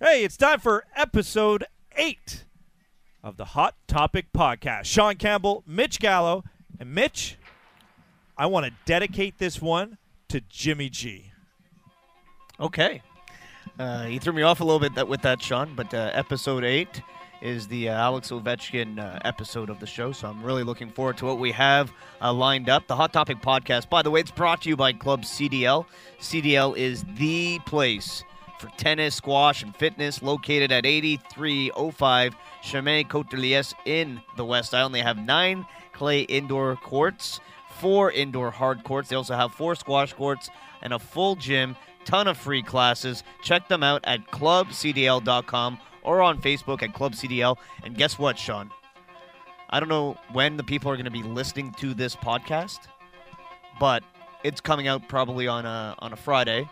Hey, it's time for episode eight of the Hot Topic Podcast. Sean Campbell, Mitch Gallo, and Mitch, I want to dedicate this one to Jimmy G. Okay. Uh, you threw me off a little bit that, with that, Sean, but uh, episode 8 is the uh, Alex Ovechkin uh, episode of the show, so I'm really looking forward to what we have uh, lined up. The Hot Topic Podcast, by the way, it's brought to you by Club CDL. CDL is the place for tennis, squash, and fitness, located at 8305 Chemin Cote de Liesse in the West Island. They have nine clay indoor courts four indoor hard courts. They also have four squash courts and a full gym, ton of free classes. Check them out at clubcdl.com or on Facebook at clubcdl. And guess what, Sean? I don't know when the people are going to be listening to this podcast, but it's coming out probably on a on a Friday.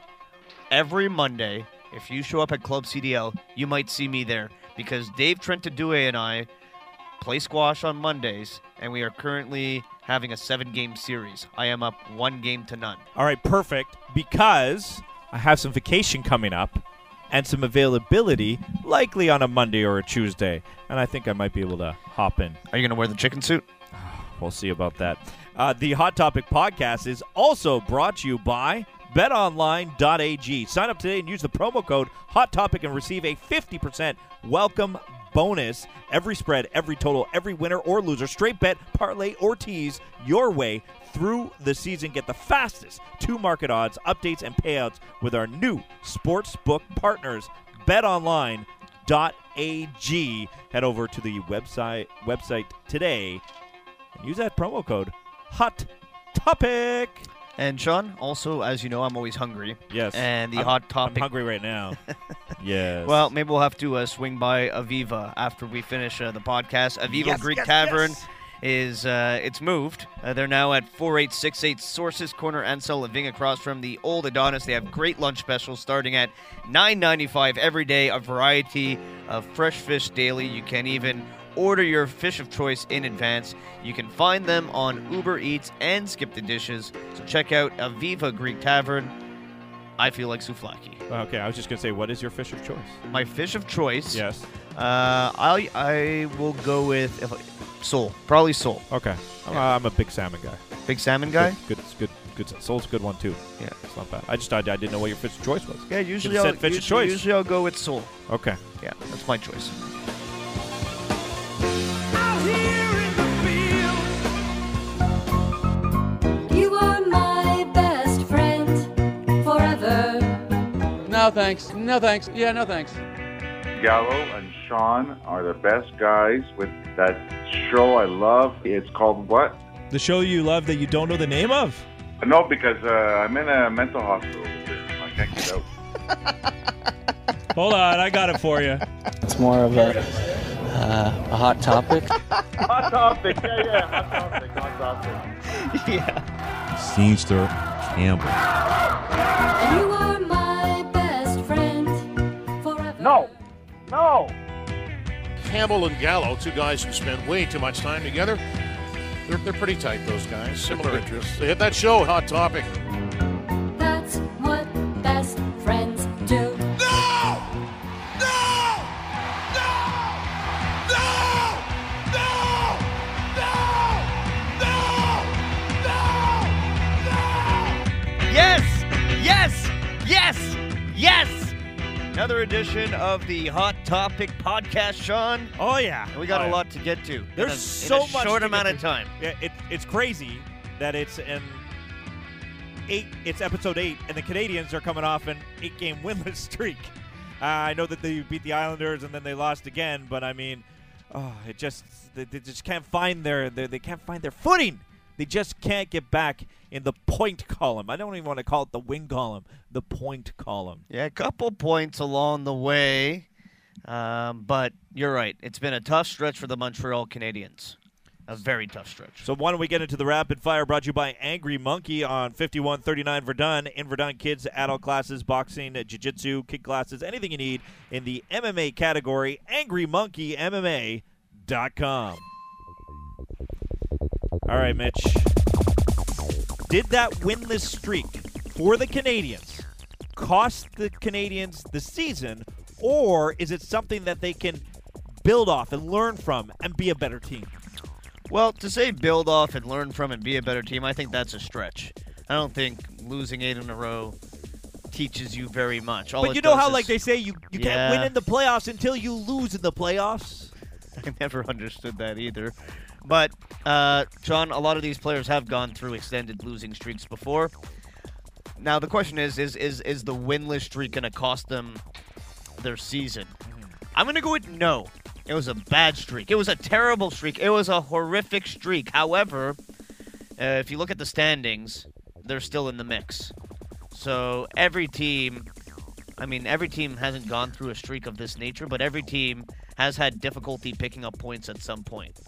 Every Monday, if you show up at Club CDL, you might see me there because Dave Trentadue and I play squash on Mondays, and we are currently having a seven game series. I am up one game to none. All right, perfect. Because I have some vacation coming up and some availability, likely on a Monday or a Tuesday. And I think I might be able to hop in. Are you going to wear the chicken suit? We'll see about that. Uh, the Hot Topic podcast is also brought to you by betonline.ag. Sign up today and use the promo code Hot Topic and receive a 50% welcome bonus. Every spread, every total, every winner or loser, straight bet, parlay, or tease your way through the season. Get the fastest to market odds, updates, and payouts with our new sportsbook partners, betonline.ag. Head over to the website website today and use that promo code Hot Topic. And Sean, also, as you know, I'm always hungry. Yes. And the I'm- hot I'm topic. hungry right now. yes. Well, maybe we'll have to uh, swing by Aviva after we finish uh, the podcast. Aviva Yes, Greek yes, Tavern yes. is uh, it's moved. Uh, they're now at 4868 Sources Corner, Ansel Living, across from the Old Adonis. They have great lunch specials starting at 9.95 every day. A variety of fresh fish daily. You can even order your fish of choice in advance. You can find them on Uber Eats and Skip the Dishes. So check out Aviva Greek Tavern. I feel like souvlaki. okay, I was just going to say, what is your fish of choice? My fish of choice. Yes. Uh, I I will go with if Soul, probably Soul. Okay. I'm, I'm a big salmon guy. Big salmon guy. Good, good, good. good. Soul's a good one, too. Yeah. It's not bad. I just I, I didn't know what your fish of choice was. Yeah, usually Could've I'll said fish of usually, choice. usually I'll go with Soul. Okay. Yeah, that's my choice. You are my best friend forever. No thanks. No thanks. Yeah, no thanks. Gallo and Sean are the best guys with that show I love. It's called what? The show you love that you don't know the name of? No, because uh, I'm in a mental hospital. I can't get out. Hold on, I got it for you. It's more of a, uh, a hot topic. Hot topic. Yeah, yeah. Hot topic. Hot topic. Scenester Campbell. You are my best friend forever. No. No. Campbell and Gallo, two guys who spend way too much time together. They're, they're pretty tight, those guys. Similar interests. They hit that show, Hot Topic. That's what best friends do. Yes, yes, yes, yes. Another edition of the Hot Topic Podcast, Sean. Oh yeah, And we got Oh, a yeah. lot to get to. There's in a, so in a much short to get amount to. of time. Yeah, it, it's crazy that it's an eight. It's episode eight, and the Canadians are coming off an eight-game winless streak. Uh, I know that they beat the Islanders and then they lost again, but I mean, oh, it just they, they just can't find their, their they can't find their footing. They just can't get back in the point column. I don't even want to call it the win column, the point column. Yeah, a couple points along the way, um, but you're right. It's been a tough stretch for the Montreal Canadiens. A very tough stretch. So why don't we get into the rapid fire brought to you by Angry Monkey on 5139 Verdun. In Verdun, kids, adult classes, boxing, jiu-jitsu, kid classes, anything you need in the MMA category, angrymonkeymma.com. All right, Mitch. Did that winless streak for the Canadians cost the Canadians the season, or is it something that they can build off and learn from and be a better team? Well, to say build off and learn from and be a better team, I think that's a stretch. I don't think losing eight in a row teaches you very much. All But it you know does how, is- like they say, you, you can't win Yeah. in the playoffs until you lose in the playoffs. I never understood that either. But, uh, John, a lot of these players have gone through extended losing streaks before. Now the question is, is is is the winless streak going to cost them their season? I'm going to go with no. It was a bad streak. It was a terrible streak. It was a horrific streak. However, uh, if you look at the standings, they're still in the mix. So every team I mean, every team hasn't gone through a streak of this nature, but every team has had difficulty picking up points at some point.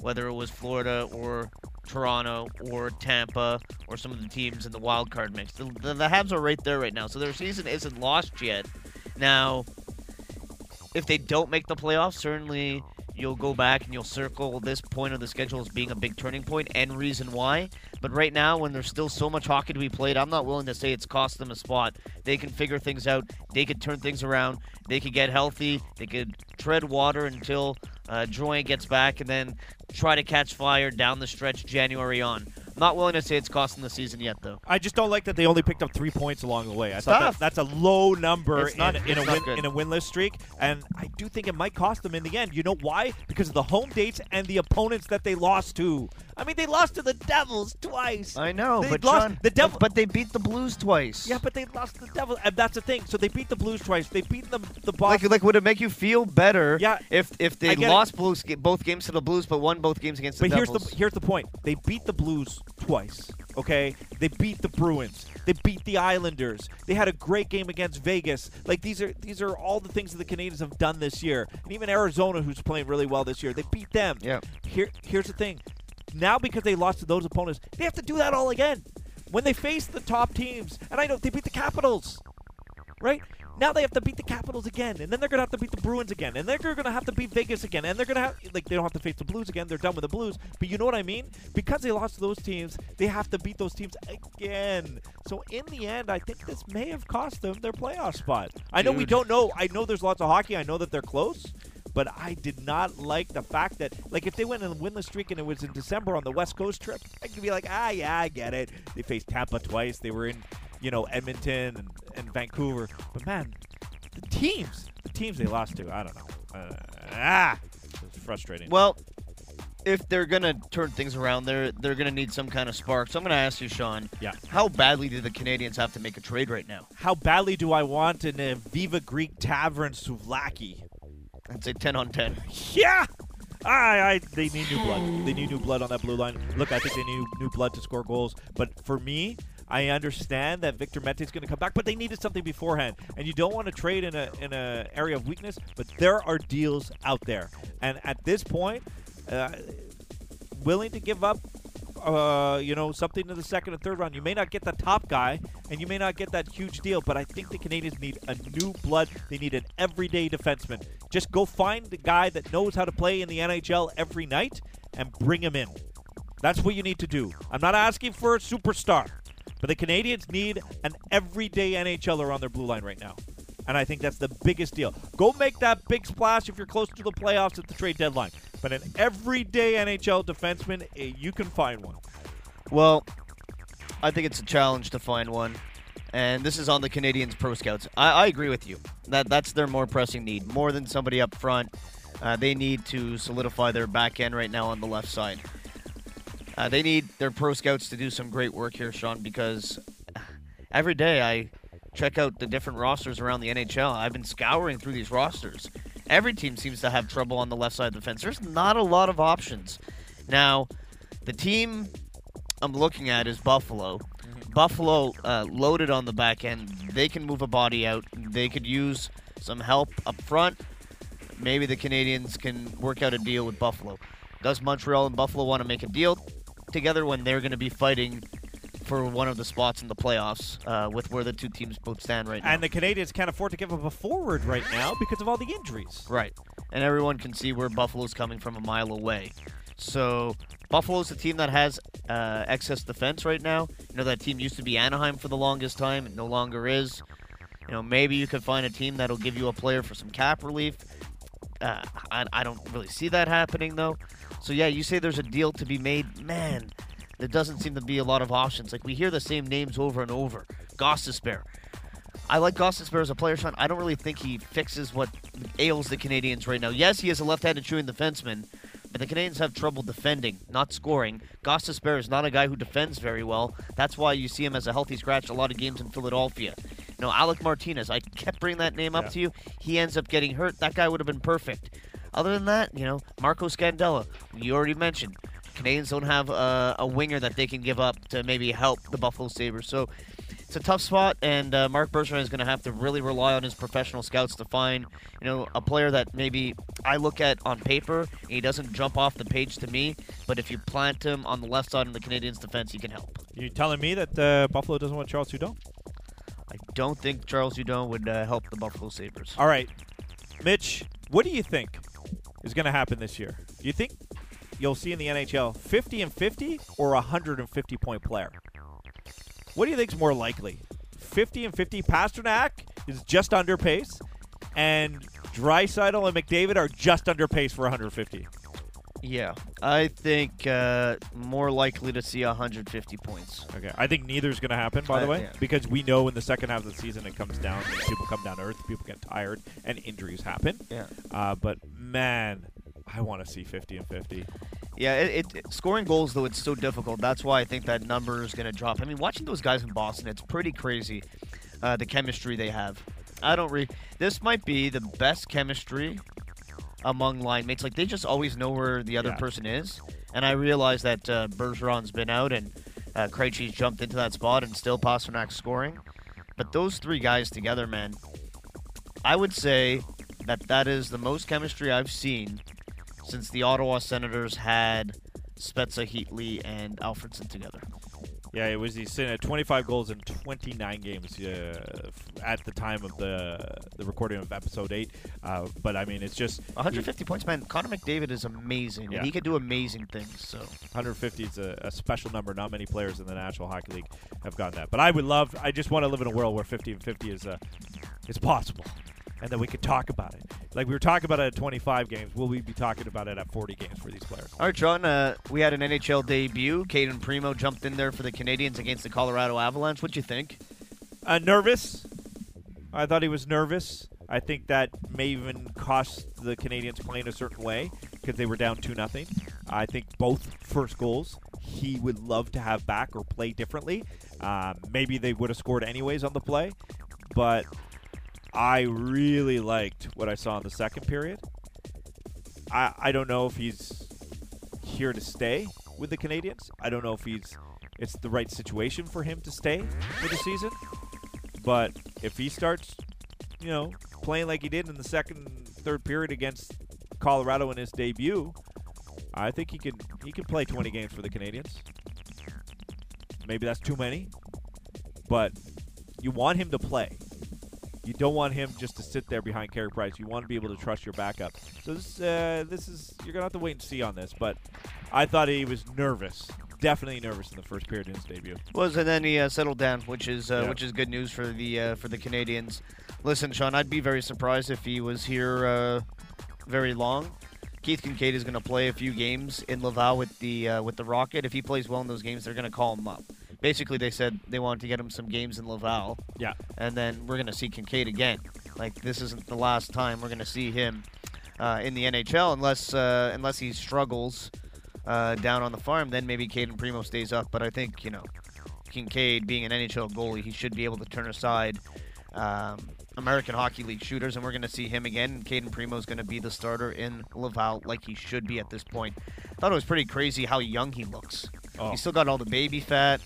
Whether it was Florida or Toronto or Tampa or some of the teams in the wild card mix, the, the, the Habs are right there right now, so their season isn't lost yet. Now, if they don't make the playoffs, certainly you'll go back and you'll circle this point of the schedule as being a big turning point and reason why. But right now, when there's still so much hockey to be played, I'm not willing to say it's cost them a spot. They can figure things out. They could turn things around. They could get healthy. They could tread water until uh, Drouin gets back and then try to catch fire down the stretch January on. Not willing to say it's costing the season yet, though. I just don't like that they only picked up three points along the way. I It's thought tough. that, that's a low number It's not- in, in, it's a not win, good. in a winless streak, and I do think it might cost them in the end. You know why? Because of the home dates and the opponents that they lost to. I mean, they lost to the Devils twice. I know, They but lost John, the Devil- but they beat the Blues twice. Yeah, but they lost to the Devils, and that's the thing. So they beat the Blues twice. They beat the the Like, Boston. like, would it make you feel better? Yeah. If if I they get it. lost blues, both games to the Blues, but won both games against the but here's Devils. the here's the point. They beat the Blues twice. Okay, they beat the Bruins. They beat the Islanders. They had a great game against Vegas. Like these are these are all the things that the Canadians have done this year, and even Arizona, who's playing really well this year, they beat them. Yeah. Here here's the thing. Now because they lost to those opponents, they have to do that all again. When they face the top teams, and I know they beat the Capitals. right? Now they have to beat the Capitals again, and then they're gonna have to beat the Bruins again, and they're gonna have to beat Vegas again, and they're gonna have like they don't have to face the Blues again. They're done with the Blues, but you know what I mean? Because they lost to those teams, they have to beat those teams again. So in the end, I think this may have cost them their playoff spot. I know we Dude. don't know. I know there's lots of hockey. I know that they're close. But I did not like the fact that, like, if they went in a winless streak and it was in December on the West Coast trip, I could be like, ah, yeah, I get it. They faced Tampa twice. They were in you know Edmonton and, and Vancouver. But man, the teams, the teams they lost to, I don't know. Uh, ah, it's frustrating. Well, if they're gonna turn things around, they're they're gonna need some kind of spark. So I'm gonna ask you, Sean. Yeah. How badly do the Canadians have to make a trade right now? How badly do I want an uh, Viva Greek Tavern souvlaki? I'd say 10 on 10. Yeah. I, I, they need new blood. They need new blood on that blue line. Look, I think they need new blood to score goals. But for me, I understand that Victor Mete is going to come back, but they needed something beforehand. And you don't want to trade in a in a area of weakness, but there are deals out there. And at this point, uh, willing to give up, uh, you know, something to the second and third round. You may not get the top guy, and you may not get that huge deal, but I think the Canadians need a new blood. They need an everyday defenseman. Just go find the guy that knows how to play in the NHL every night and bring him in. That's what you need to do. I'm not asking for a superstar, but the Canadians need an everyday NHLer on their blue line right now. And I think that's the biggest deal. Go make that big splash if you're close to the playoffs at the trade deadline. But an everyday NHL defenseman, eh, you can find one. Well, I think it's a challenge to find one. And this is on the Canadians pro scouts. I, I agree with you. That that's their more pressing need, more than somebody up front. Uh, they need to solidify their back end right now on the left side. Uh, they need their pro scouts to do some great work here, Sean, because every day I check out the different rosters around the NHL. I've been scouring through these rosters. Every team seems to have trouble on the left side of the fence. There's not a lot of options. Now, the team I'm looking at is Buffalo. Buffalo uh, loaded on the back end. They can move a body out. They could use some help up front. Maybe the Canadians can work out a deal with Buffalo. Does Montreal and Buffalo want to make a deal together when they're going to be fighting for one of the spots in the playoffs uh, with where the two teams both stand right now? And the Canadians can't afford to give up a forward right now because of all the injuries. Right. And everyone can see where Buffalo's coming from a mile away. So Buffalo's the team that has uh, excess defense right now. You know that team used to be Anaheim for the longest time. It no longer is. You know, maybe you could find a team that'll give you a player for some cap relief. Uh, I, I don't really see that happening though. So yeah, you say there's a deal to be made, man. There doesn't seem to be a lot of options. Like we hear the same names over and over. Goss despair. I like Gossett Spare as a player, Sean. I don't really think he fixes what ails the Canadians right now. Yes, he is a left-handed shooting defenseman, but the Canadians have trouble defending, not scoring. Gossett Spare is not a guy who defends very well. That's why you see him as a healthy scratch a lot of games in Philadelphia. No, Alec Martinez. I kept bringing that name up to you. He ends up getting hurt. That guy would have been perfect. Other than that, you know, Marco Scandella, you already mentioned. Canadians don't have a, a winger that they can give up to maybe help the Buffalo Sabres. So it's a tough spot, and uh, Mark Bergeron is going to have to really rely on his professional scouts to find, you know, a player that maybe I look at on paper and he doesn't jump off the page to me. But if you plant him on the left side of the Canadiens' defense, he can help. You telling me that uh, Buffalo doesn't want Charles Hudon? I don't think Charles Udon would uh, help the Buffalo Sabres. All right, Mitch, what do you think is going to happen this year? Do you think you'll see in the NHL 50 and 50 or a 150 point player? What do you think is more likely? 50 and 50. Pasternak is just under pace, and Drysidel and McDavid are just under pace for 150. Yeah, I think uh, more likely to see 150 points. Okay, I think neither is going to happen, by the Uh, way, yeah. because we know in the second half of the season it comes down, and people come down to earth, people get tired, and injuries happen. Yeah. Uh, but man, I want to see 50 and 50. Yeah, it, it- it scoring goals though it's so difficult. That's why I think that number is going to drop. I mean, watching those guys in Boston, it's pretty crazy. Uh, the chemistry they have. I don't re. This might be the best chemistry among line mates. Like they just always know where the other Yeah. person is. And I realize that uh, Bergeron's been out and uh, Krejci's jumped into that spot and still Pasternak's scoring. But those three guys together, man, I would say that that is the most chemistry I've seen since the Ottawa Senators had Spezza, Heatley, and Alfredson together. Yeah, it was he's sitting at 25 goals in 29 games uh, f- at the time of the the recording of episode eight. Uh, but I mean, it's just 150 points, man. Connor McDavid is amazing. Yeah. And he could do amazing things. So 150 is a, a special number. Not many players in the National Hockey League have gotten that. But I would love. I just want to live in a world where 50 and 50 is uh, is possible, and that we could talk about it. Like we were talking about it at 25 games, will we be talking about it at 40 games for these players? All right, John. Uh, we had an NHL debut. Caden Primo jumped in there for the Canadians against the Colorado Avalanche. What'd you think? uh, nervous. I thought he was nervous. I think that may even cost the Canadians playing a certain way because they were down two nothing. I think both first goals he would love to have back or play differently. Uh, maybe they would have scored anyways on the play, but I really liked what I saw in the second period. I I don't know if he's here to stay with the Canadians. I don't know if he's it's the right situation for him to stay for the season. But if he starts, you know, playing like he did in the second, third period against Colorado in his debut, I think he could he could play 20 games for the Canadians. Maybe that's too many, but you want him to play. You don't want him just to sit there behind Carey Price. You want to be able to trust your backup. So this uh, this is you're gonna have to wait and see on this. But I thought he was nervous, definitely nervous in the first period in his debut. Was and then he uh, settled down, which is uh, Yeah. which is good news for the uh, for the Canadians. Listen, Sean, I'd be very surprised if he was here uh, very long. Keith Kincaid is going to play a few games in Laval with the uh, with the Rocket. If he plays well in those games, they're going to call him up. Basically, they said they wanted to get him some games in Laval, Yeah, and then we're going to see Kincaid again. Like this isn't the last time we're going to see him uh, in the NHL, unless uh, unless he struggles uh, down on the farm. Then maybe Caden Primo stays up. But I think you know Kincaid, being an NHL goalie, he should be able to turn aside um, American Hockey League shooters, and we're going to see him again. And Caden Primo is going to be the starter in Laval, like he should be at this point. Thought it was pretty crazy how young he looks. Oh. He's still got all the baby fat.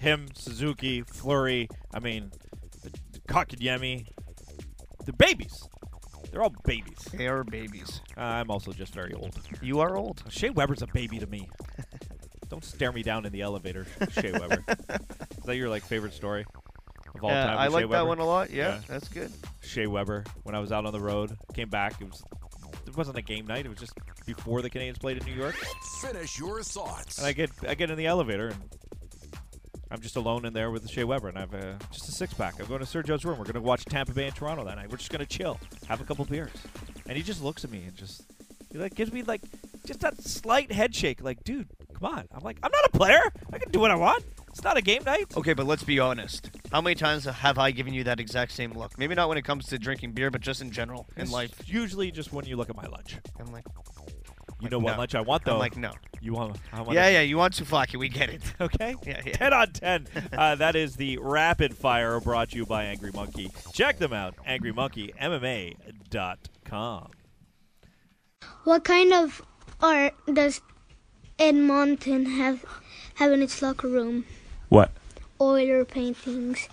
him, Suzuki, Flurry. I mean, Kakadiemi. They're babies. They're all babies. Uh, They are babies. I'm also just very old. You are old. Shea Weber's a baby to me. Don't stare me down in the elevator, Shea Weber. Is that your like favorite story of all yeah, time? I with like Shea that Weber? one a lot. Yeah. yeah, that's good. Shea Weber when I was out on the road. Came back. It was it wasn't a game night. It was just before the Canadians played in New York. Finish your thoughts. And I get I get in the elevator and I'm just alone in there with Shea Weber, and I have uh just a six pack. I'm going to Sergio's room. We're going to watch Tampa Bay and Toronto that night. We're just going to chill, have a couple beers, and he just looks at me and just he like gives me like just that slight head shake, like, dude, come on. I'm like, I'm not a player. I can do what I want. It's not a game night. Okay, but let's be honest. How many times have I given you that exact same look? Maybe not when it comes to drinking beer, but just in general in It's life. usually just when you look at my lunch. I'm like, You know what no. lunch I want though. I'm like, no. You want? I want. Yeah, yeah, you want Souflaki, we get it. Okay. Yeah, yeah. 10 on 10. Uh, that is the rapid fire brought to you by Angry Monkey. Check them out, angrymonkeymma.com. What kind of art does Edmonton have have in its locker room? What? Oiler paintings.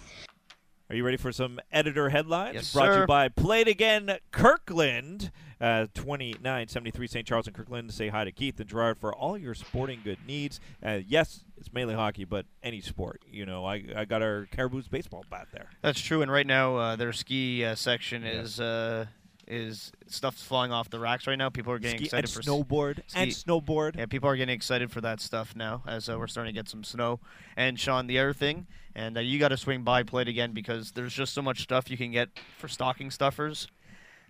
Are you ready for some editor headlines? Yes, Brought to you sir. by Played Again Kirkland, uh, 2973 St. Charles and Kirkland. Say hi to Keith and Gerard for all your sporting good needs. Uh, yes, it's mainly hockey, but any sport. You know, I, I got our Caribou's baseball bat there. That's true. And right now, uh, their ski uh, section is uh, is stuff's flying off the racks right now. People are getting Ski excited and for s- snowboard. And ski- snowboard. Yeah, people are getting excited for that stuff now as uh, we're starting to get some snow. And Sean, the other thing, and uh, you got to swing by plate again because there's just so much stuff you can get for stocking stuffers,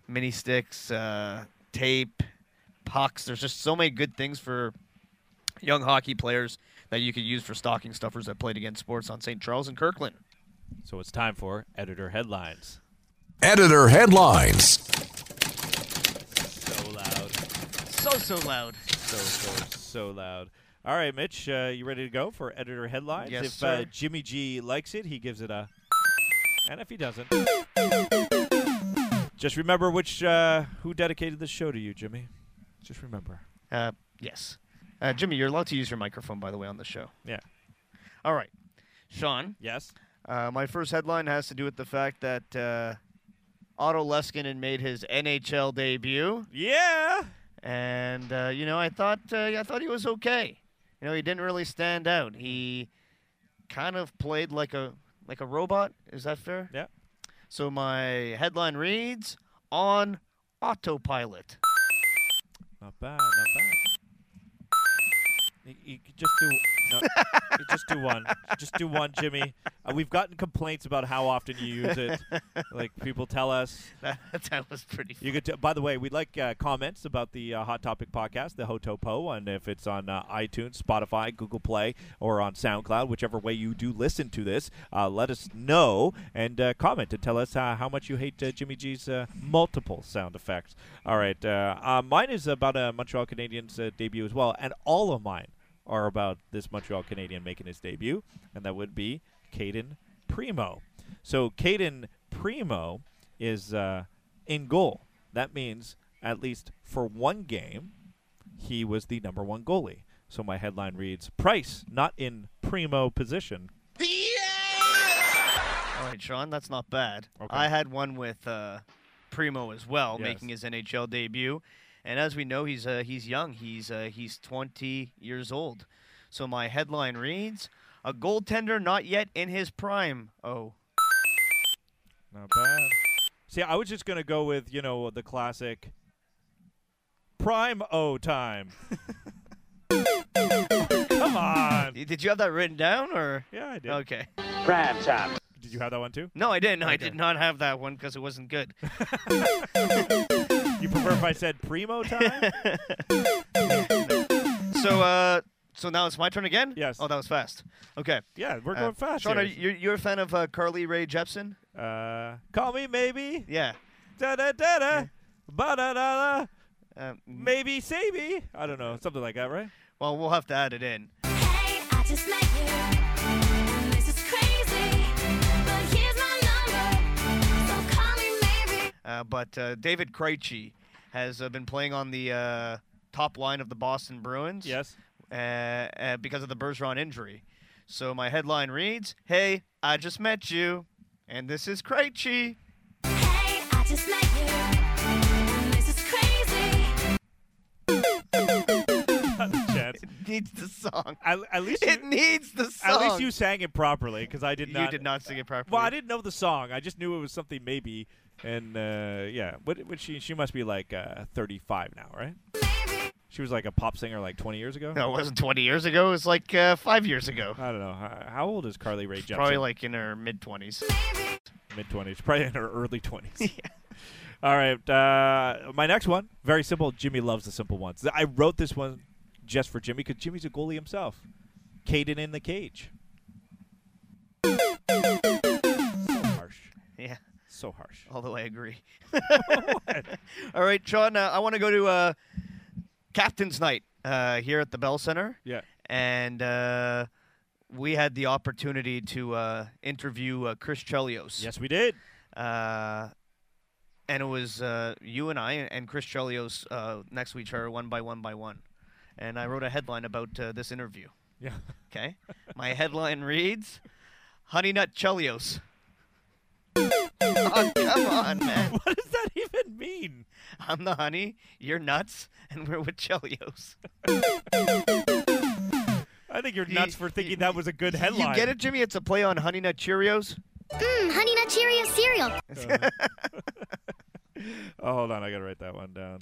mini sticks, uh, tape, pucks. There's just so many good things for young hockey players that you could use for stocking stuffers at Plate Again Sports on St. Charles and Kirkland. So it's time for editor headlines. Editor headlines. So loud. So so loud. so so so loud. All right, Mitch, uh, you ready to go for editor headlines? Yes, if Uh, sir. Jimmy G likes it, he gives it a, and if he doesn't, just remember which uh, who dedicated this show to you, Jimmy. Just remember. Uh, yes. Uh, Jimmy, you're allowed to use your microphone, by the way, on the show. Yeah. All right. Sean, Yes. uh, my first headline has to do with the fact that uh, Otto Leskinen made his NHL debut, Yeah. and uh, you know I thought uh, I thought he was okay. You know he didn't really stand out. He kind of played like a like a robot. Is that fair? Yeah. So my headline reads on autopilot. Not bad. Not bad. You, you could just do. No, you just do one. Just do one, Jimmy. Uh, we've gotten complaints about how often you use it. like people tell us. That, that was pretty. You could. T- by the way, we'd like uh, comments about the uh, Hot Topic podcast, the Hotopo, and if it's on uh, iTunes, Spotify, Google Play, or on SoundCloud, whichever way you do listen to this, uh, let us know and uh, comment and tell us uh, how much you hate uh, Jimmy G's uh, multiple sound effects. All right, uh, uh, mine is about a Montreal Canadiens uh, debut as well, and all of mine are about this Montreal Canadian making his debut, and that would be Caden Primo. So Caden Primo is uh, in goal. That means at least for one game, he was the number one goalie. So my headline reads: Price not in primo position. All right, Sean, that's not bad. Okay. I had one with uh, Primo as well, Yes. making his NHL debut, and as we know, he's uh, he's young. He's uh, he's 20 years old. So my headline reads: A goaltender not yet in his prime. Oh, Not bad. See, I was just gonna go with you know the classic prime O time. Come on. Y- did you have that written down or? Yeah, I did. Okay. Did you have that one too? No, I didn't. I Okay. did not have that one because it wasn't good. You prefer if I said primo time? so uh, so now it's my turn again. Yes. Oh, that was fast. Okay. yeah, we're Uh, going fast. Sean, are here. you, you're a fan of uh, Carly Ray Jepsen? Uh, call me maybe. Yeah. Da da da da. Ba da da da. Um, Maybe Sabi. I don't know. Something like that, right? Well, we'll have to add it in. Hey, I just met you. This is crazy, but here's my number. So call me maybe. Uh, but uh, David Krejci has uh, been playing on the uh, top line of the Boston Bruins. Yes. Uh, uh, because of the Bergeron injury. So my headline reads, "Hey, I just met you, and this is Krejci." Hey, I just met you. This is crazy. Chad. It needs the song. At, at least It you, needs the song. at least you sang it properly because I did You not. did not sing it properly. Well, I didn't know the song. I just knew it was something maybe, and uh, yeah. What? What she? She must be like uh, thirty-five now, right? She was like a pop singer like 20 years ago. No, it wasn't 20 years ago. It was like uh, five years ago. I don't know. How how old is Carly Rae Jepsen? Probably like in her mid 20s. mid 20s, probably in her early 20s. All right. Uh, my next one, very simple. Jimmy loves the simple ones. I wrote this one just for Jimmy because Jimmy's a goalie himself. Caden in the cage. Harsh. Yeah. So harsh. Although I agree. All right, Sean, uh, I want to go to uh, Captain's Night uh, here at the Bell Center. Yeah. And uh, we had the opportunity to uh, interview uh, Chris Chelios. Yes, we did. Uh, and it was uh, you and I and Chris Chelios uh, next to each other, one by one by one. And I wrote a headline about uh, this interview. Yeah. Okay. My headline reads Honey Nut Chelios. Oh, come on, man. What does that even mean? I'm the honey, you're nuts, and we're with Chelios. I think you're nuts for thinking that was a good headline. You get it, Jimmy? It's a play on Honey Nut Cheerios. Mmm, Honey Nut Cheerio cereal. Oh, hold on. I got to write that one down.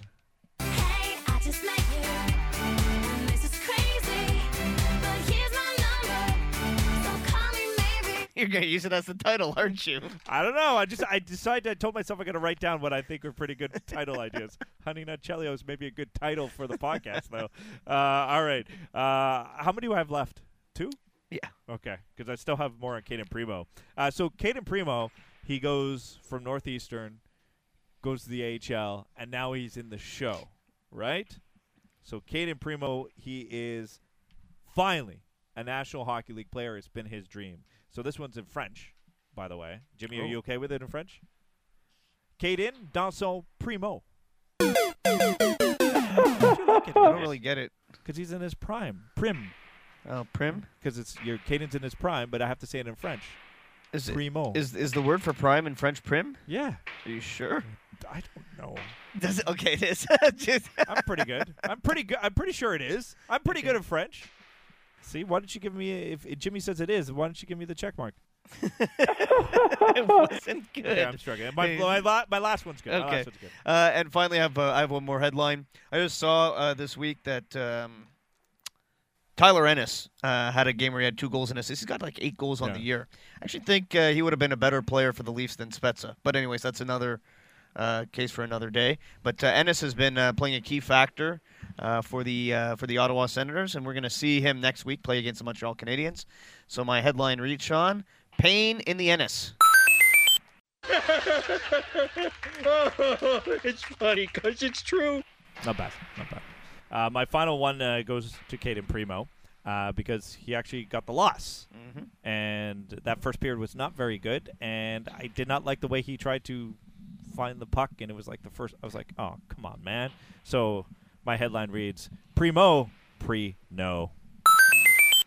Hey, I just met you. And this is crazy. But here's my number. So call me maybe. You're going to use it as the title, aren't you? I don't know. I just I decided I told myself I'm going to write down what I think are pretty good title ideas. Honey Nut Chelios is maybe a good title for the podcast though. Uh, all right. Uh, how many do I have left? Two. Yeah. Okay, because I still have more on Caden Primo. Uh, so Caden Primo, he goes from Northeastern, goes to the AHL, and now he's in the show, right? So Caden Primo, he is finally a National Hockey League player. It's been his dream. So this one's in French, by the way. Jimmy, are you okay with it in French? Caden dans son primo. I don't really get it. Because he's in his prime. Prim. Oh, prim? Because it's your Caden's in his prime, but I have to say it in French. Is it- Primo. Is, is the word for prime in French prim? yeah. Are you sure? I don't know. Does it, okay, it is. Just- I'm pretty good. I'm pretty good. I'm pretty sure it is. I'm pretty good at French. See, why don't you give me if, if Jimmy says it is? Why don't you give me the check mark? it wasn't good. Yeah, I'm struggling. My, Hey. my, la- my last one's good. My Okay. last one's good. Uh, and finally, I have uh, I have one more headline. I just saw uh, this week that um, Tyler Ennis uh, had a game where he had two goals and assists. He's got like eight goals on Yeah. the year. I actually think uh, he would have been a better player for the Leafs than Spezza. But anyways, that's another uh, case for another day. But uh, Ennis has been uh, playing a key factor. Uh, for the uh, for the Ottawa Senators, and we're going to see him next week play against the Montreal Canadiens. So my headline reads: Sean Pain in the Ennis. Not bad. Not bad. Uh, my final one uh, goes to Caden Primo uh, because he actually got the loss, and that first period was not very good. And I did not like the way he tried to find the puck, and it was like the first. I was like, "Oh, come on, man!" So my headline reads: Primo, pre no.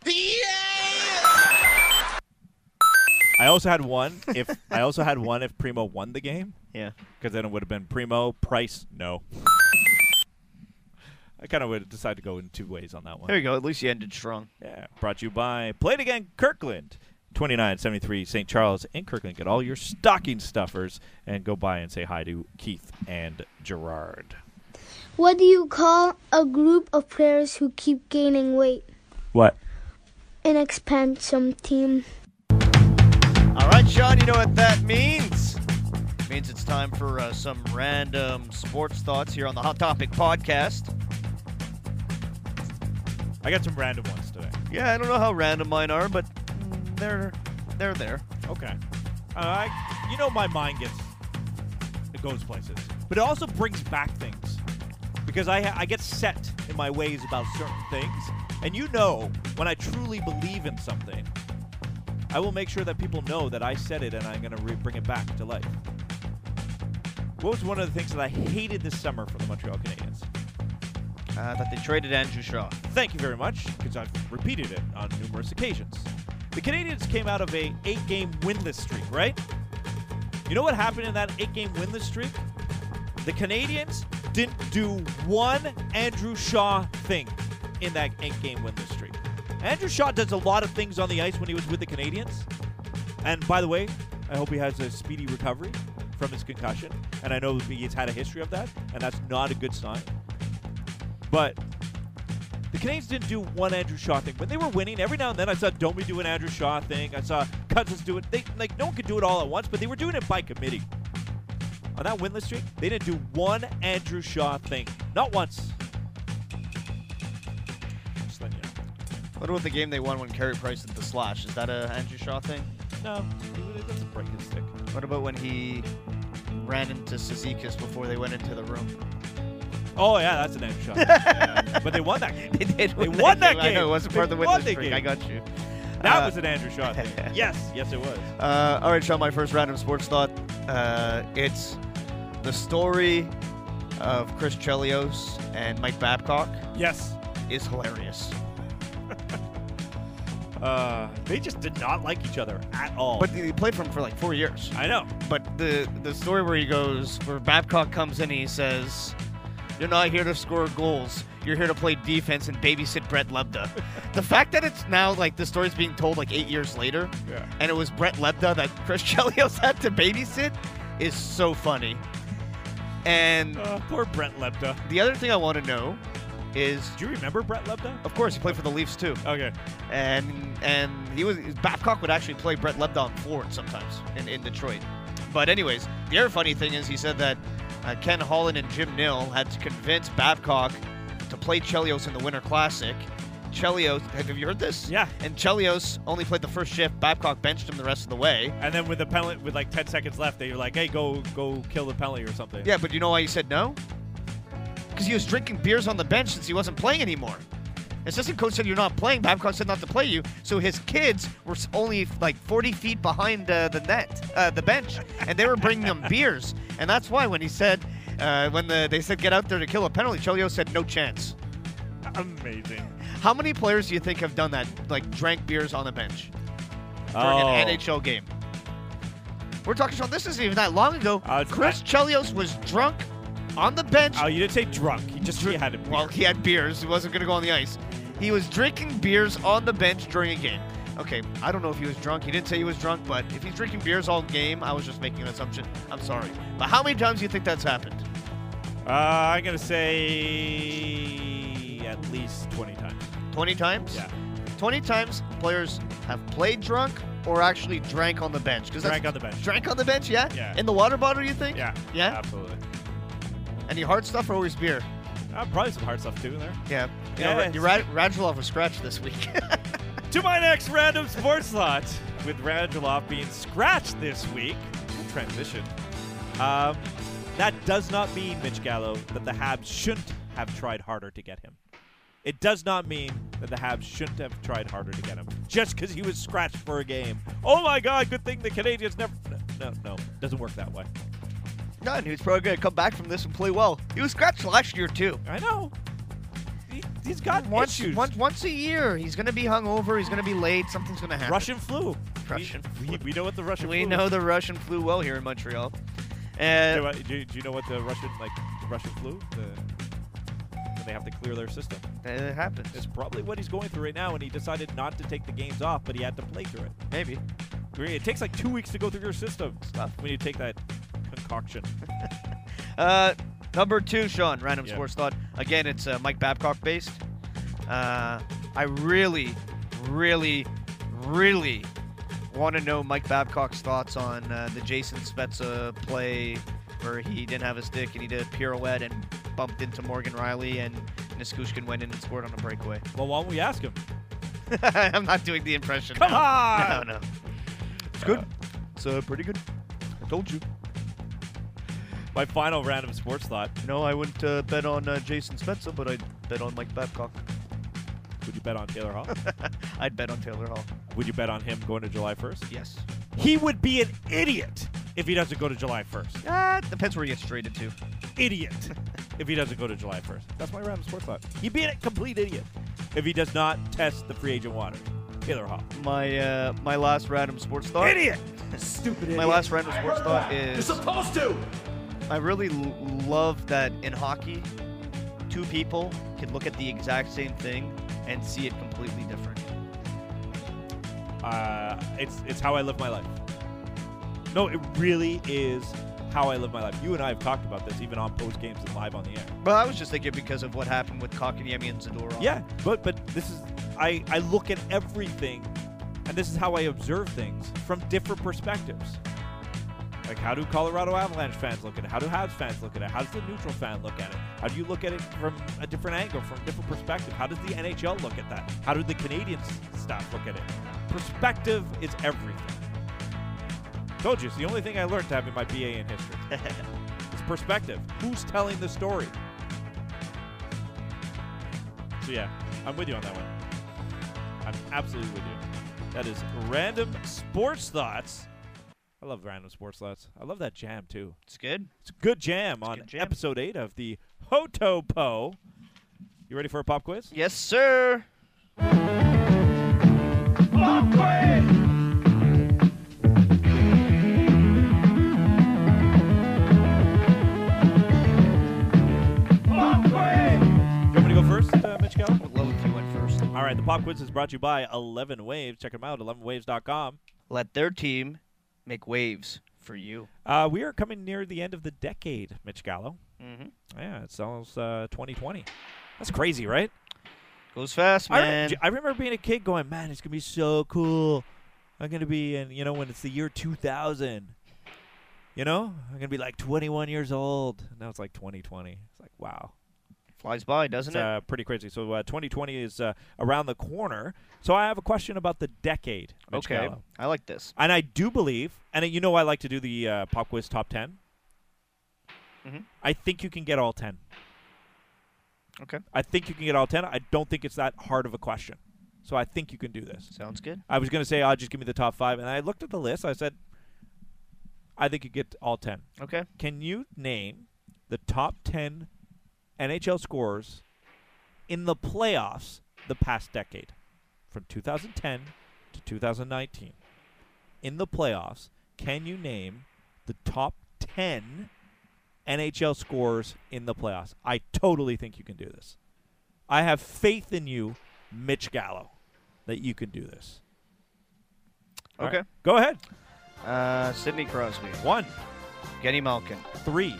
I also had one if I also had one if Primo won the game Yeah. because then it would have been Primo, Price, no. I kind of would decide to go in two ways on that There one. you go. At least you ended strong. Yeah. Brought to you by Played Again Kirkland, 2973 St. Charles in Kirkland. Get all your stocking stuffers and go by and say hi to Keith and Gerard. What do you call a group of players who keep gaining weight? What? An expansum team. All right, Sean, you know what that means? It means it's time for uh, some random sports thoughts here on the Hot Topic podcast. I got some random ones today. Yeah, I don't know how random mine are, but mm, they're they're there. Okay. Uh, I, you know, my mind gets it goes places, but it also brings back things because I ha- I get set in my ways about certain things, and you know when I truly believe in something, I will make sure that people know that I said it, and I'm going to re- bring it back to life. What was one of the things that I hated this summer for the Montreal Canadiens? Uh, that they traded Andrew Shaw. Thank you very much, because I've repeated it on numerous occasions. The Canadians came out of a eight-game winless streak, right? You know what happened in that eight-game winless streak? The Canadians didn't do one Andrew Shaw thing in that eight-game winless streak. Andrew Shaw does a lot of things on the ice when he was with the Canadians. And by the way, I hope he has a speedy recovery from his concussion. And I know he's had a history of that, and that's not a good sign. But the Canadians didn't do one Andrew Shaw thing. When they were winning, every now and then I saw Domi do an Andrew Shaw thing. I saw Cousins do it. They like no one could do it all at once, but they were doing it by committee. On that winless streak, they didn't do one Andrew Shaw thing. Not once. Just letting you know. What about the game they won when Carey Price did the slash? Is that a Andrew Shaw thing? No, that's a breaking stick. What about when he ran into Sizikis before they went into the room? Oh yeah, that's an Andrew Shaw. Yeah. But they won that game. They did. They won that I know game. it wasn't They part of the won win that streak. game. I got you. That Uh, was an Andrew Shaw thing. yes, yes it was. Uh, all right, Sean, my first random sports thought. Uh, it's the story of Chris Chelios and Mike Babcock Yes. is hilarious. Uh, they just did not like each other at all. But he played for him for like four years. I know. But the, the story where he goes, where Babcock comes in and he says, You're not here to score goals. You're here to play defense and babysit Brett Lebda. the fact that it's now like the story's being told like eight years later, Yeah. and it was Brett Lebda that Chris Chelios had to babysit, is so funny. And Uh, poor Brett Lepta. the other thing I want to know is, Do you remember Brett Lepta? of course, he played for the Leafs too, Okay. and and he was Babcock would actually play Brett Lebda on forward sometimes in, in Detroit. But anyways, the other funny thing is he said that uh, Ken Holland and Jim Nill had to convince Babcock to play Chelios in the Winter Classic. Chelios, have you heard this? Yeah. And Chelios only played the first shift. Babcock benched him the rest of the way. And then with the penalty, with like 10 seconds left, they were like, hey, go go kill the penalty or something. Yeah, but you know why he said no? Because he was drinking beers on the bench since he wasn't playing anymore. Assistant coach said you're not playing. Babcock said not to play you. So his kids were s- only like 40 feet behind uh, the net, uh, the bench, and they were bringing them beers. And that's why when he said, uh, when the, they said get out there to kill a penalty, Cholio said no chance. Amazing. How many players do you think have done that? Like drank beers on the bench during oh. an NHL game. We're talking about this isn't even that long ago. Uh, it's- Chris Chelios was drunk on the bench. Oh, you didn't say drunk. You just he had it. Well, he had beers. He wasn't going to go on the ice. He was drinking beers on the bench during a game. Okay, I don't know if he was drunk. He didn't say he was drunk, but if he's drinking beers all game, I was just making an assumption. I'm sorry. But how many times do you think that's happened? Uh, I'm going to say at least 20 times. 20 times? Yeah. 20 times players have played drunk or actually drank on the bench. 'Cause that's- Drank on the bench. Drank on the bench, yeah? Yeah. In the water bottle, you think? Yeah. Yeah? Absolutely. Any hard stuff or always beer? Uh, probably some hard stuff too in there. Yeah. You Yeah, know, Ra- it's- Ra- Radulov was scratched this week. To my next random sports slot, with Radulov being scratched this week. Transition. Um, that does not mean, Mitch Gallo, that the Habs shouldn't have tried harder to get him. It does not mean that the Habs shouldn't have tried harder to get him just because he was scratched for a game. Oh my God! Good thing the Canadians never. No, no, no doesn't work that way. None. He was probably going to come back from this and play well. He was scratched last year, too. I know. He, he's got Once, issues. once, once a year, he's going to be hungover. He's going to be late. Something's going to happen. Russian flu. Russian We, we, we know what the Russian. We flu know Is. the Russian flu well here in Montreal. Do, you And know what- do you- do you know what the Russian like the Russian flu? The, when they have to clear their system. it happens. It's probably what he's going through right now, and he decided not to take the games off, but he had to play through it. Maybe. It takes like two weeks to go through your system tough. when you take that concoction. Uh, number two, Sean, random Yeah. sports thought. Again, it's uh, Mike Babcock based. Uh, I really, really, really want to know Mike Babcock's thoughts on uh, the Jason Spezza play where he didn't have a stick and he did a pirouette and bumped into Morgan Riley and Niskushkin went in and scored on a breakaway. Well, why don't we ask him? I'm not doing the impression. Come now. on! No, no. It's good. It's uh, pretty good. I told you. my final random sports thought. No, I wouldn't uh, bet on uh, Jason Spezza, but I'd bet on Mike Babcock. Would you bet on Taylor Hall? I'd bet on Taylor Hall. would you bet on him going to July 1st? Yes. He would be an idiot if he doesn't go to July 1st. Uh, depends where he gets traded to. Idiot if he doesn't go to July 1st. That's my random sports thought. He'd be a complete idiot if he does not test the free agent water. Taylor Hall. My uh, my last random sports thought. Idiot! Stupid My last random sports thought is supposed to! I really l- love that in hockey, two people can look at the exact same thing and see it completely different. uh, it's it's how I live my life. No, it really is how I live my life. You and I have talked about this even on post games and live on the air. Well, I was just thinking because of what happened with Kotkaniemi and Zadorov. Yeah, but but this is I I look at everything, and this is how I observe things from different perspectives. Like how do Colorado Avalanche fans look at it? How do Habs fans look at it? How does the neutral fan look at it? How do you look at it from a different angle, from a different perspective? How does the NHL look at that? How do the Canadian s- staff look at it? Perspective is everything. Told you, it's the only thing I learned having my BA in history. it's perspective. Who's telling the story? So yeah, I'm with you on that one. I'm absolutely with you. That is random sports thoughts. I love random sports thoughts. I love that jam too. It's good. It's a good jam on good jam. episode eight of the Hotopo. You ready for a pop quiz? Yes, sir. You want me to go first, uh, Mitch Keller? Would love if you went first. All right, the pop quiz is brought to you by Eleven Waves. Check them out, elevenwaves.com. Let their team make waves for you. Uh, we are coming near the end of the decade, Mitch Gallo. Mhm. Yeah, it's almost uh, 2020. That's crazy, right? Goes fast, I, man. re- I remember being a kid going, man, it's going to be so cool. I'm going to be in, you know, when it's the year 2000. You know, I'm going to be like 21 years old. And now it's like 2020. It's like, wow. Flies by, doesn't It's uh, pretty crazy. So uh, 2020 is uh, around the corner. So I have a question about the decade. it? Mitch Okay. Gallo. I like this. And I do believe, and uh, you know, I like to do the uh, pop quiz top 10. Mhm. I think you can get all 10. Okay. I think you can get all 10. I don't think it's that hard of a question. So I think you can do this. Sounds good. I was going to say, oh, just give me the top five. And I looked at the list. I said, I think you get all 10. Okay. Can you name the top 10 NHL scorers in the playoffs the past decade? From 2010 to 2019. In the playoffs, can you name the top 10 NHL scorers in the playoffs? I totally think you can do this. I have faith in you, Mitch Gallo, that you can do this. All Okay. right. Go ahead. Uh, Sidney Crosby, One, Genny Malkin, three,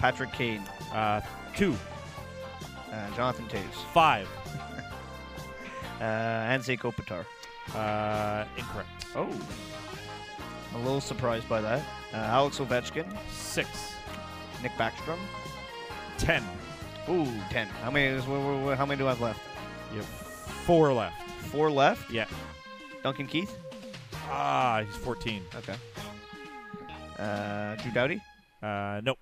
Patrick Kane, uh, two, uh, Jonathan Taves, five. uh, Anze Kopitar. Uh, incorrect. Oh. I'm a little surprised by that. Uh, Alex Ovechkin, Six. Nick Backstrom. Ten. Ooh, 10. How many, is, wh- wh- wh- how many do I have left? You have four left. Four left. Yeah. Duncan Keith. Ah, he's 14. Okay. Uh, Drew Doughty. Uh, nope.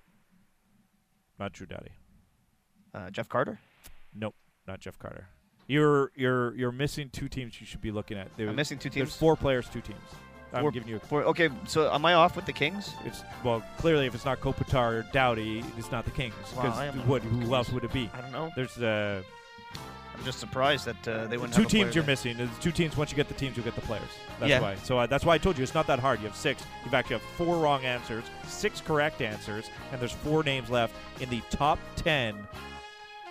Not Drew Doughty. Uh, Jeff Carter. Nope. Not Jeff Carter. You're you're you're missing two teams you should be looking at. There- I'm missing two There's teams. four players, two teams. i I'm Four- giving you. Four- Okay, so am I off with the Kings? A, it's well clearly if it's not Kopitar or Doughty, it's not the Kings. Wow, Because I am what? Who else would it be? I don't know. There's uh, I'm just surprised that uh, they wouldn't two have a player teams you're there. missing. There's two teams. Once you get the teams, you'll get the players. That's Yeah. why. So uh, that's why I told you it's not that hard. You have six. You've actually have four wrong answers, six correct answers, and there's four names left in the top ten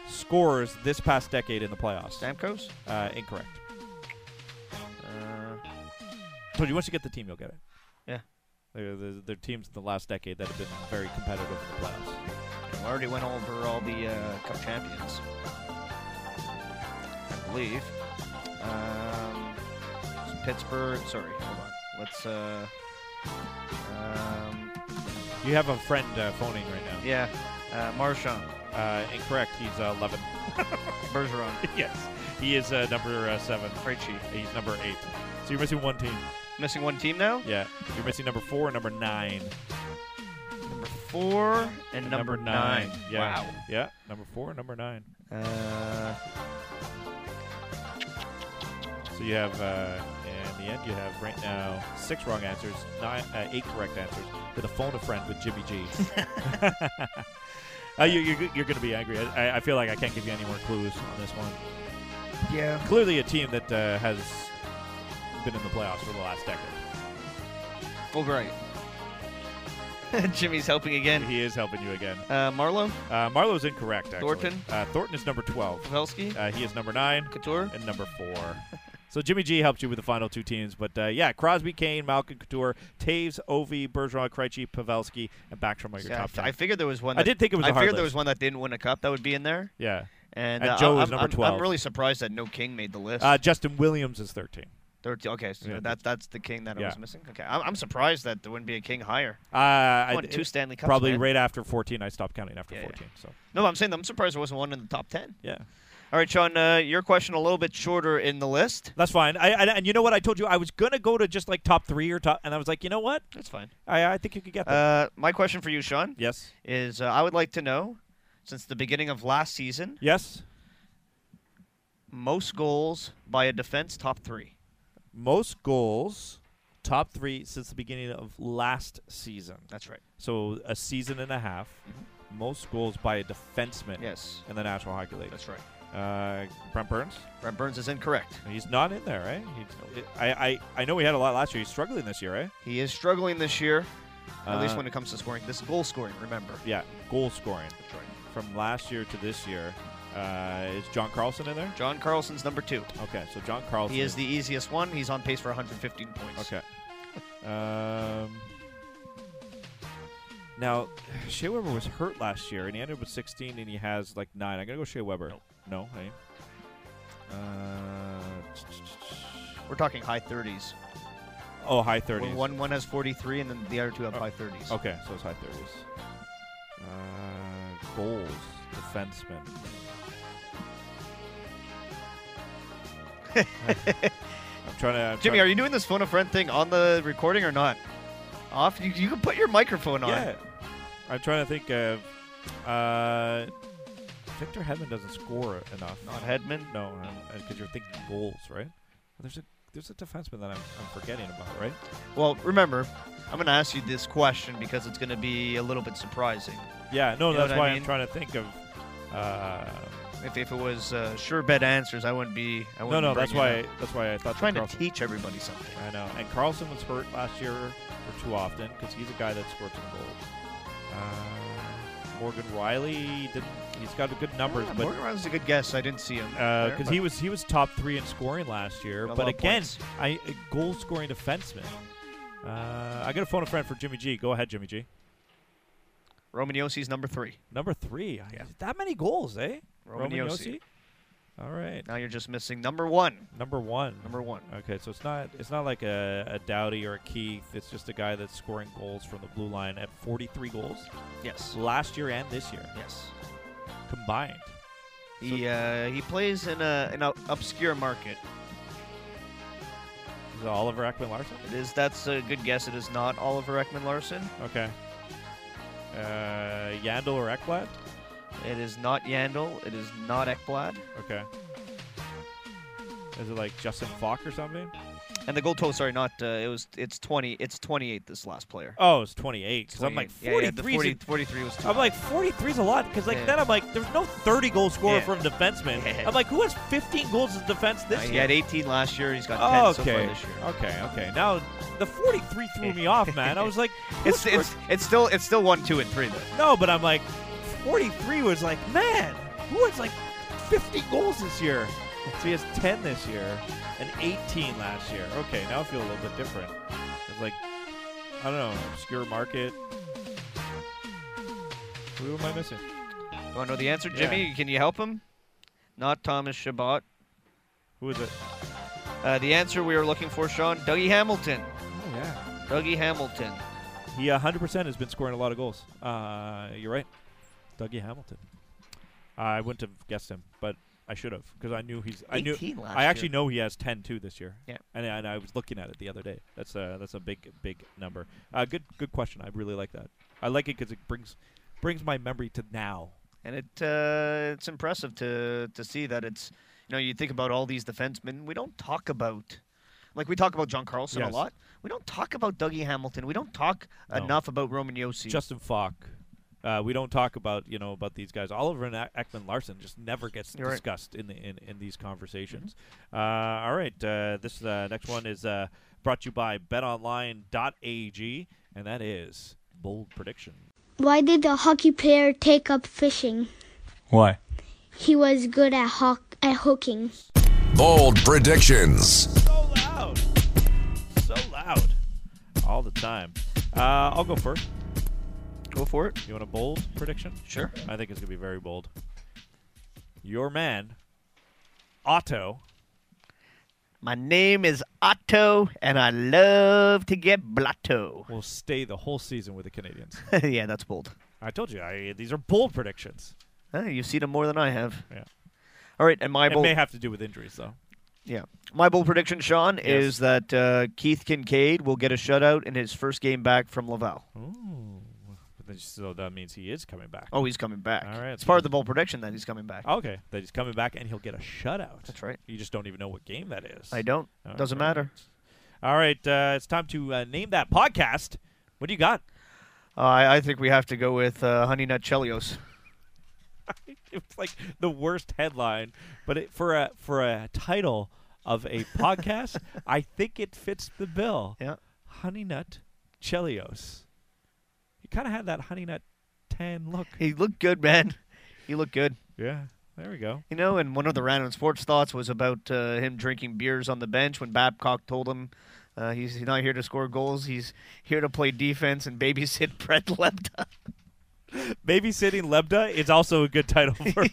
scorers this past decade in the playoffs. Stamkos. Uh, incorrect. Uh, Told you once you get the team, you'll get it. Yeah. There, there, there are teams in the last decade that have been very competitive in the playoffs. we already went over all the uh, Cup champions, I believe. Um, Pittsburgh. Sorry, hold on. Let's. Uh, um, You have a friend uh, phoning right now. yeah, uh, Marshawn, Uh, incorrect. He's uh, 11. Bergeron, yes. He is uh, number uh, seven. Krejci. He's number eight. So you're missing one team. Missing one team now. Yeah, you're missing number four and number nine. Number four and, number, nine. Yeah. Yeah, number four and number nine. Wow. Uh, So you have, uh, in the end, you have right now six wrong answers, nine, uh, eight correct answers, with a phone a friend with Jimmy G. uh, you, you're you're going to be angry. I, I- I feel like I can't give you any more clues on this one. yeah. Clearly, a team that uh, has been in the playoffs for the last decade. Fulbright. Jimmy's helping again. He is helping you again. Uh, Marlowe, Uh, Marlowe's incorrect, actually. Thornton? Uh, Thornton is number 12. Pavelski, Uh, he is number nine Couture. and number four. So Jimmy G helped you with the final two teams, but uh, yeah, Crosby, Kane, Malcolm Couture, Taves, Ovi, Bergeron, Krejci, Pavelski, and Backstrom are your Yeah, I top f- ten. I figured there was one. I That, did think it was I a hard figured there list. was one that didn't win a cup that would be in there. yeah, And, And uh, Joe I'm, was number I'm- 12. I'm really surprised that no king made the list. uh, Justin Williams is thirteen. 13, okay, so yeah. that, that's the king that I was Yeah. missing. Okay, I'm, I'm surprised that there wouldn't be a king higher. Uh, I, Won two it- Stanley Cups, Probably man. right after fourteen, I stopped counting after Yeah, yeah. fourteen. So No, I'm saying I'm surprised there wasn't one in the top 10. yeah. All right, Sean, uh, your question a little bit shorter in the list. That's fine. I, I, and you know what? I told you I was gonna go to just like top three or top, and I was like, you know what? That's fine. I, I think you could get that. Uh, my question for you, Sean, yes. is uh, I would like to know, since the beginning of last season, Yes. most goals by a defense top three. Most goals, top three since the beginning of last season. That's right. So a season and a half. Most goals by a defenseman. Mm-hmm. Yes. In the National Hockey League. That's right. Uh, Brent Burns. Brent Burns is incorrect. He's not in there, right? He's, I, I I know he had a lot last year. He's struggling this year, right? He is struggling this year, at least Uh, when it comes to scoring. This goal scoring, remember. Yeah, goal scoring That's right. from last year to this year. Uh, is John Carlson in there? John Carlson's number two. Okay, so John Carlson. He is the easiest one. He's on pace for 115 points. Okay. Um, now, Shea Weber was hurt last year, and he ended up with 16, and he has like nine. I'm gonna go Shea Weber. No, hey. Uh, We're talking high 30s. oh, high 30s. One one has 43, and then the other two have Oh. high 30s. Okay, so it's high 30s. Uh, goals, defenseman. I'm trying to. I'm Jimmy, trying are you doing this phone a friend thing on the recording or not? Off. You, you can put your microphone on. Yeah. I'm trying to think of. Uh, Victor Hedman doesn't score enough. Not Hedman. No, because you're thinking goals, right? There's a there's a defenseman that I'm, I'm forgetting about, right? Well, remember, I'm going to ask you this question because it's going to be a little bit surprising. Yeah, no, You know that's what I why I'm mean? trying to think of. Uh, If, if it was uh, sure bet answers, I wouldn't be. I no, wouldn't no, bring that's it why up. that's why I thought I'm trying that to Carlson- teach everybody something. I know. And Carlson was hurt last year for too often because he's a guy that scores some goals. Uh, Morgan Riley didn't. He's got good numbers, Yeah, but Morgan Riley's a good guess. I didn't see him there, because but- Uh, he was he was top three in scoring last year. Got a But lot of again, points. I a goal scoring defenseman. Uh, I got to phone a friend for Jimmy G. Go ahead, Jimmy G. Roman Yossi's number three. Number three. I- Yeah. That many goals, eh? Roman Yossi. All right. Now you're just missing number one. Number one. Number one. Okay, so it's not it's not like a, a Dowdy or a Keith. It's just a guy that's scoring goals from the blue line at 43 goals Yes. last year and this year Yes. combined. He uh, he plays in a an o- obscure market. Is it Oliver Ekman Larson? It is that's a good guess. It is not Oliver Ekman Larson. Okay. Uh, Yandel or Ekblad? It is not Yandel. It is not Ekblad. Okay. Is it like Justin Falk or something? And the goal total, sorry, not uh, it was. It's twenty. It's twenty eight. This last player. Oh, it's 28. Because I'm like 28. Yeah, yeah, 43. the 40, 43 was too I'm high. like 43 is a lot because like Yeah. then I'm like there's no 30 goal scorer Yeah. from defenseman. Yeah. I'm like who has 15 goals as defense Uh, this he year? had 18 last year. He's got 10 Oh, so far okay. this year. Okay, okay. Now the 43 threw me off, man. I was like, who It's scored- it's it's still it's still one, two, and three though. no, but I'm like, 43 was like, man, who has like 50 goals this year? So he has 10 this year and 18 last year. Okay, now I feel a little bit different. It's like, I don't know, obscure market. Who am I missing? You want to know the answer, Yeah. Jimmy? Can you help him? Not Thomas Shabbat. Who is it? Uh, the answer we were looking for, Sean, Dougie Hamilton. Oh yeah, Dougie Hamilton. he 100 percent has been scoring a lot of goals. Uh, you're right, Dougie Hamilton. I wouldn't have guessed him, but I should have because I knew he's. I knew. 18 last I actually year. know he has 10 too this year. Yeah. and, and I was looking at it the other day. That's a that's a big big number. Uh, good good question. I really like that. I like it because it brings brings my memory to now. And it uh, it's impressive to to see that it's you know you think about all these defensemen. We don't talk about like we talk about John Carlson Yes. a lot. We don't talk about Dougie Hamilton. We don't talk No. enough about Roman Yossi. Justin Falk. Uh, we don't talk about you know about these guys. Oliver and Ek- Ekman Larson just never gets You're right. Mm-hmm. discussed in, the, in in these conversations. Uh, all right, uh, this uh, next one is uh, brought to you by BetOnline.ag, and that is bold prediction. Why did the hockey player take up fishing? Why? He was good at, ho- at hooking. Bold predictions. So loud. So loud. All the time. Uh, I'll go first. Go for it. You want a bold prediction? Sure. I think it's going to be very bold. Your man, Otto. My name is Otto, and I love to get blotto. will stay the whole season with the Canadians. yeah, that's bold. I told you, I, these are bold predictions. Huh, you've seen him more than I have. Yeah. All right, and my It bold, may have to do with injuries, though. yeah, my bold prediction, Sean, is that uh, Keith Kincaid will get a shutout in his first game back from Laval. But then, so that means he is coming back. Oh, he's coming back. All right. Oh. it's part of the bold prediction that he's coming back. Okay, that he's coming back and he'll get a shutout. That's right. You just don't even know what game that is. I don't. All Doesn't right. matter. All right, uh, it's time to uh, name that podcast. What do you got? Uh, I, I think we have to go with uh, Honey Nut Chelios. It's like the worst headline, but it, for a for a title of a podcast, I think it fits the bill. Yeah. Honey Nut Chelios. He kind of had that Honey Nut tan look. He looked good, man. He looked good. Yeah, there we go. You know, and one of the random sports thoughts was about uh, him drinking beers on the bench when Babcock told him uh, he's not here to score goals. He's here to play defense and babysit Brett Lepta. Babysitting Lebda is also a good title for, for a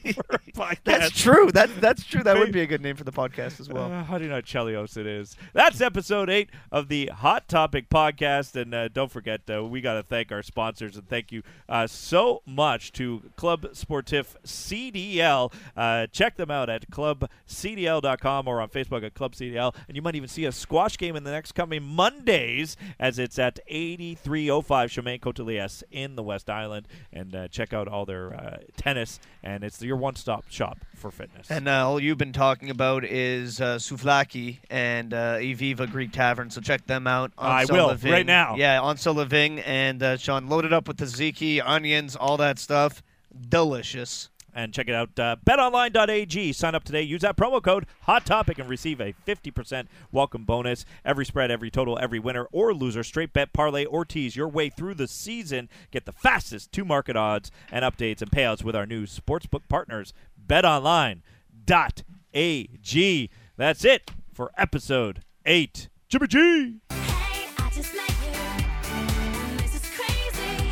podcast. That's true. That, that's true. That would be a good name for the podcast as well. Uh, Honey Nut Chelios it is. That's episode eight of the Hot Topic podcast. And uh, don't forget, uh, we got to thank our sponsors and thank you uh, so much to Club Sportif CDL. Uh, check them out at clubcdl.com or on Facebook at Club CDL. And you might even see a squash game in the next coming Mondays as it's at 8305 Chemain Cotelias in the West Island. And uh, check out all their uh, tennis. And it's your one stop shop for fitness. And uh, all you've been talking about is uh, Souvlaki and uh, Eviva Greek Tavern, so check them out. On I will, Sullivan. right now. Yeah, on Sullivan and uh, Sean loaded up with tzatziki, onions, all that stuff. Delicious. and check it out. Uh, betonline.ag. Sign up today. Use that promo code Hot Topic and receive a 50% welcome bonus. Every spread, every total, every winner or loser, straight bet, parlay, or tease your way through the season. Get the fastest to market odds and updates and payouts with our new sportsbook partners, betonline.ag. That's it for episode 8. Jimmy G! Hey, I just met you. And This is crazy,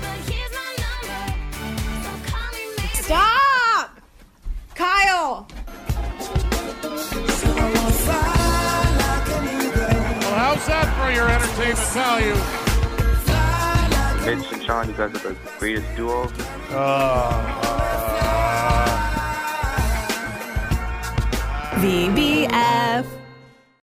but here's my number. So call me maybe. Stop! Kyle! Well, how's that for your entertainment value? Mitch and Sean, you guys are the greatest duo. VBF.